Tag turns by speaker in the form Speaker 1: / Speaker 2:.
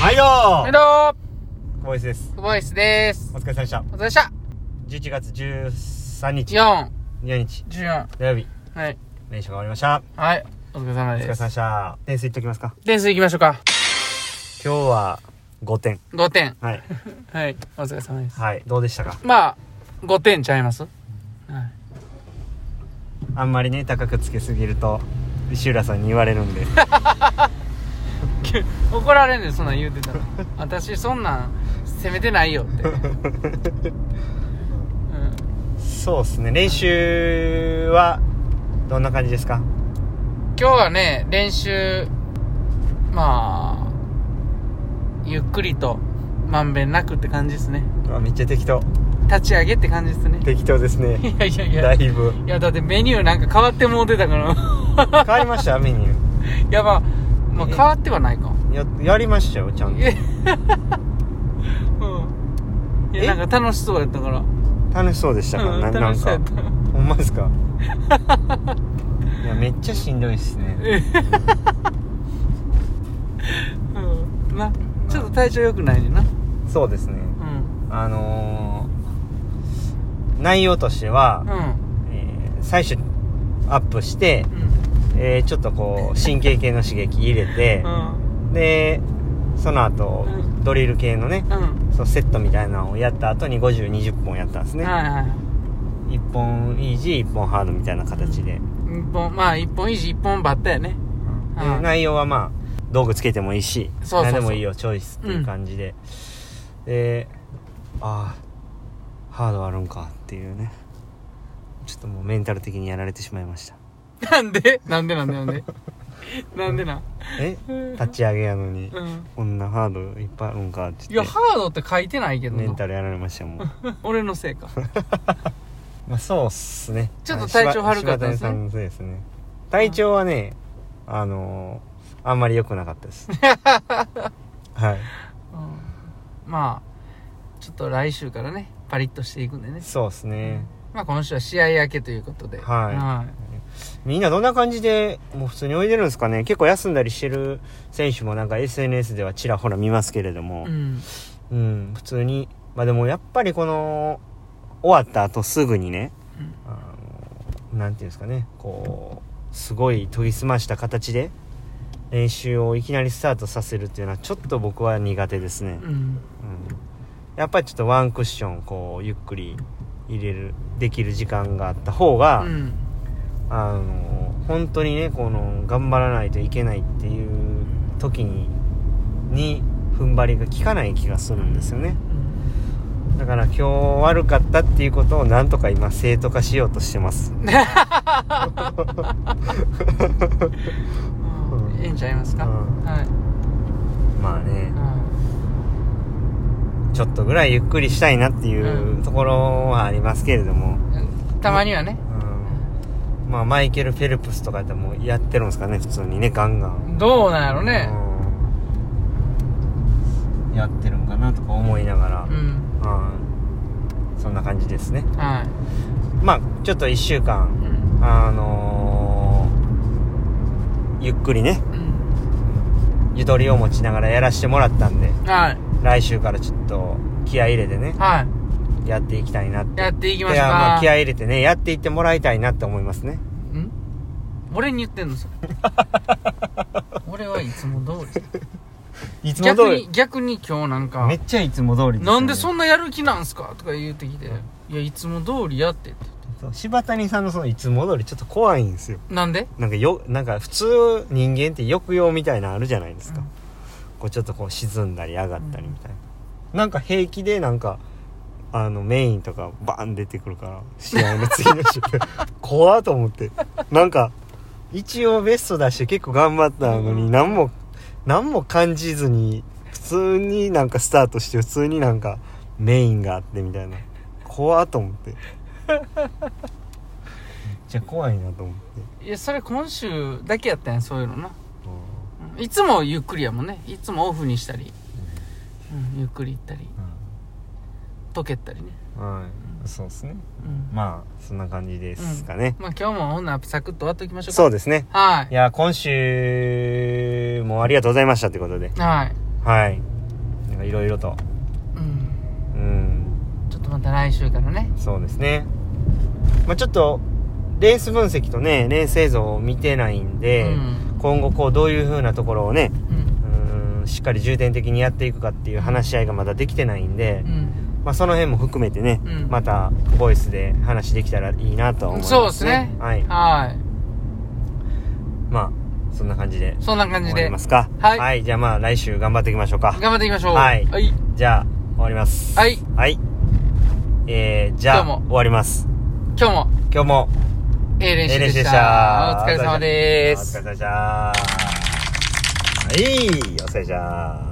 Speaker 1: 毎度
Speaker 2: はいどう
Speaker 1: 久保井です。
Speaker 2: も、ボイスです
Speaker 1: お。疲れ様でした。
Speaker 2: お疲れでした。
Speaker 1: 11月13日、
Speaker 2: 4、
Speaker 1: 2日、
Speaker 2: 14。
Speaker 1: 土曜日、
Speaker 2: はい。
Speaker 1: 練習が終わりました。
Speaker 2: はい。お疲れ様
Speaker 1: お疲れ
Speaker 2: で
Speaker 1: 様
Speaker 2: す。
Speaker 1: でした。点数いっときますか。
Speaker 2: 点数いきましょうか。
Speaker 1: 今日は5点。
Speaker 2: 5点。
Speaker 1: はい。
Speaker 2: はい。お疲れ様です。
Speaker 1: はい。どうでしたか
Speaker 2: まあ、5点ちゃいますはい。
Speaker 1: あんまりね、高くつけすぎると、石浦さんに言われる んで。
Speaker 2: 怒られんねん、そんなん言うてたら。私、そんなん、責めてないよ って。うん。
Speaker 1: そうですね。練習は、どんな感じですか
Speaker 2: 今日はね、練習、まあ、ゆっくりと、まんべんなくって感じですね。
Speaker 1: あめっちゃ適当。
Speaker 2: 立ち上げって感じですね。
Speaker 1: 適当ですね。
Speaker 2: いやいやいや。
Speaker 1: だいぶ。
Speaker 2: いやだってメニューなんか変わってもうてたから
Speaker 1: 変わりましたメニュ
Speaker 2: いやまあ、まあ、変わってはないか
Speaker 1: ー。や、やりましたよ、ちゃん
Speaker 2: いや うんいや
Speaker 1: え
Speaker 2: なんか楽しそうやったから
Speaker 1: と。楽しそうでしたから、
Speaker 2: う、
Speaker 1: なんな
Speaker 2: 楽
Speaker 1: ん
Speaker 2: しそうや
Speaker 1: か
Speaker 2: っ。た
Speaker 1: ほんまです かいやめっちゃしんどいっすね
Speaker 2: うんなちょっと体調良くないねんな
Speaker 1: そうですね
Speaker 2: うん
Speaker 1: あのー、内容としては
Speaker 2: う、ん
Speaker 1: えー最初アップして、えーちょっとこう神経系の刺激入れて
Speaker 2: う、ん
Speaker 1: でその後、
Speaker 2: うん
Speaker 1: ドリル系のね
Speaker 2: うん
Speaker 1: そのセットみたいなのをやった後に5020本やったんです
Speaker 2: うん
Speaker 1: ね、
Speaker 2: はいはい
Speaker 1: 一1本イージー1本ハードみたいな形で、
Speaker 2: 一本まあ一本維持一本バッタやね
Speaker 1: で
Speaker 2: うん
Speaker 1: 内容はまあ道具つけてもいいし
Speaker 2: そうそうそう
Speaker 1: 何でもいいよチョイスっていう感じで、でああハードあるんかっていうねちょっともうメンタル的にやられてしまいました
Speaker 2: なんでなんでなんでなん でなんでな
Speaker 1: え立ち上げやのに
Speaker 2: うん
Speaker 1: こんなハードいっぱいあるんかって
Speaker 2: い
Speaker 1: 言
Speaker 2: や
Speaker 1: って
Speaker 2: ハードって書いてないけど
Speaker 1: メン
Speaker 2: な
Speaker 1: タルやられましたよもう
Speaker 2: 俺のせいか
Speaker 1: まあそうっすね
Speaker 2: ちょっと体調
Speaker 1: あの
Speaker 2: 悪かったで
Speaker 1: 柴柴谷
Speaker 2: すね
Speaker 1: さんのせいですね体調はねあのー、あんまり良くなかった ですはい
Speaker 2: うんまあちょっと来週からねパリッとしていくんでね、
Speaker 1: そうっすね、
Speaker 2: まあ今週は試合明けということでは
Speaker 1: はいみんなどんな感じでもう普通に泳いでるんですかね結構休んだりしてる選手もなんか SNS ではちらほら見ますけれども
Speaker 2: う、ん
Speaker 1: うん普通にまあでもやっぱりこの終わった後すぐにね
Speaker 2: うん
Speaker 1: あのなんていうんですかねこうすごい研ぎ澄ました形で練習をいきなりスタートさせるっていうのはちょっと僕は苦手ですね、
Speaker 2: うん
Speaker 1: うんやっぱりちょっとワンクッションこうゆっくり入れるできる時間があった方
Speaker 2: う
Speaker 1: が、
Speaker 2: ん
Speaker 1: あの本当にねこの頑張らないといけないっていう時にに踏ん張りが効かない気がするんですよねだから今日悪かったっていうことをなんとか今正当化しようとしてます
Speaker 2: うん
Speaker 1: うん
Speaker 2: いいんちゃいますか、
Speaker 1: うん
Speaker 2: はい、
Speaker 1: まあね
Speaker 2: う
Speaker 1: ちょっとぐらいゆっくりしたいなっていううところはありますけれども、
Speaker 2: んたまにはね
Speaker 1: うんまあマイケル・フェルプスとかやってもうやってるんですかね普通にねガンガン
Speaker 2: どうなんやろね
Speaker 1: うんやってるんかなとか思いながら、
Speaker 2: うん
Speaker 1: うんそんな感じですね
Speaker 2: はい、
Speaker 1: まあちょっと1週
Speaker 2: う
Speaker 1: 間
Speaker 2: ん
Speaker 1: あのーゆっくりね
Speaker 2: うん
Speaker 1: ゆとりを持ちながらやらしてもらったんで
Speaker 2: はい
Speaker 1: 来週からちょっと気合い入れてね
Speaker 2: は
Speaker 1: やっていきたいなっ
Speaker 2: い
Speaker 1: て
Speaker 2: やっていきましょう
Speaker 1: いやまあ
Speaker 2: か
Speaker 1: 気合い入れてねやっていってもらいたいなって思いますね
Speaker 2: ん俺に言ってんのそ れ俺はいつも通り
Speaker 1: いつも
Speaker 2: 逆
Speaker 1: 通
Speaker 2: に
Speaker 1: り
Speaker 2: 逆に今日なんか
Speaker 1: めっちゃいつも通りですよね、
Speaker 2: なんでそ
Speaker 1: ん
Speaker 2: んなやる気なんすかとか言うてきて「いやいつも通りやって」って
Speaker 1: 柴谷さんのそのいつも通りちょっと怖いんですよ
Speaker 2: なんで
Speaker 1: なんかよなんか普通人間って抑揚みたいなのあるじゃないですか、
Speaker 2: うん
Speaker 1: こうちょっとこう沈んだり上がったりみたいな、なんか平気でなんかあのメインとかバーン出てくるから試合の次の 週怖っと思ってなんか一応ベスト出して結構頑張ったの
Speaker 2: う
Speaker 1: に
Speaker 2: ん
Speaker 1: 何も何も感じずに普通になんかスタートして普通になんかメインがあってみたいな怖っと思ってめっちゃ怖いなと思って。
Speaker 2: いやそれ今週だけやったんやそういうのな
Speaker 1: うん
Speaker 2: うんいつもゆっくりやもんねいつもオフにしたり、うん、ゆっくり行ったり溶けたりね、
Speaker 1: はい、そうですね。
Speaker 2: うん、ま
Speaker 1: まあ、そんな感じですかね。
Speaker 2: あ今日もほんならサクッと終わっときましょうか
Speaker 1: そうですね。
Speaker 2: はい
Speaker 1: いや、今週もありがとうございましたということで。
Speaker 2: はい
Speaker 1: はい。なんかいろいろと
Speaker 2: うん
Speaker 1: うん
Speaker 2: ちょっとまた来週からね
Speaker 1: そうですねまあちょっとレース分析とねレース映像を見てないんで、
Speaker 2: うん
Speaker 1: 今後こうどういう風なところをね
Speaker 2: うん
Speaker 1: うんしっかり重点的にやっていくかっていう話し合いがまだできてないんで、
Speaker 2: うん
Speaker 1: まあ、その辺も含めてね、
Speaker 2: うん
Speaker 1: またボイスで話できたらいいなとは思います、ね、
Speaker 2: そうですね
Speaker 1: はい
Speaker 2: は
Speaker 1: まあそんな感じで
Speaker 2: いそんな感
Speaker 1: 終
Speaker 2: じ
Speaker 1: わり
Speaker 2: で
Speaker 1: ますか
Speaker 2: はい
Speaker 1: じゃあまあ来週頑張っていきましょうか
Speaker 2: 頑張っていきましょう
Speaker 1: はい
Speaker 2: はい
Speaker 1: じゃあ終わります
Speaker 2: はい
Speaker 1: はいえー、じゃあ
Speaker 2: 今日も
Speaker 1: 終わります
Speaker 2: 今日も
Speaker 1: 今日も
Speaker 2: ええ練習で
Speaker 1: 練習
Speaker 2: し
Speaker 1: でしたた
Speaker 2: お疲れ様で
Speaker 1: お疲
Speaker 2: す
Speaker 1: れ様でしたはいお疲れ様でした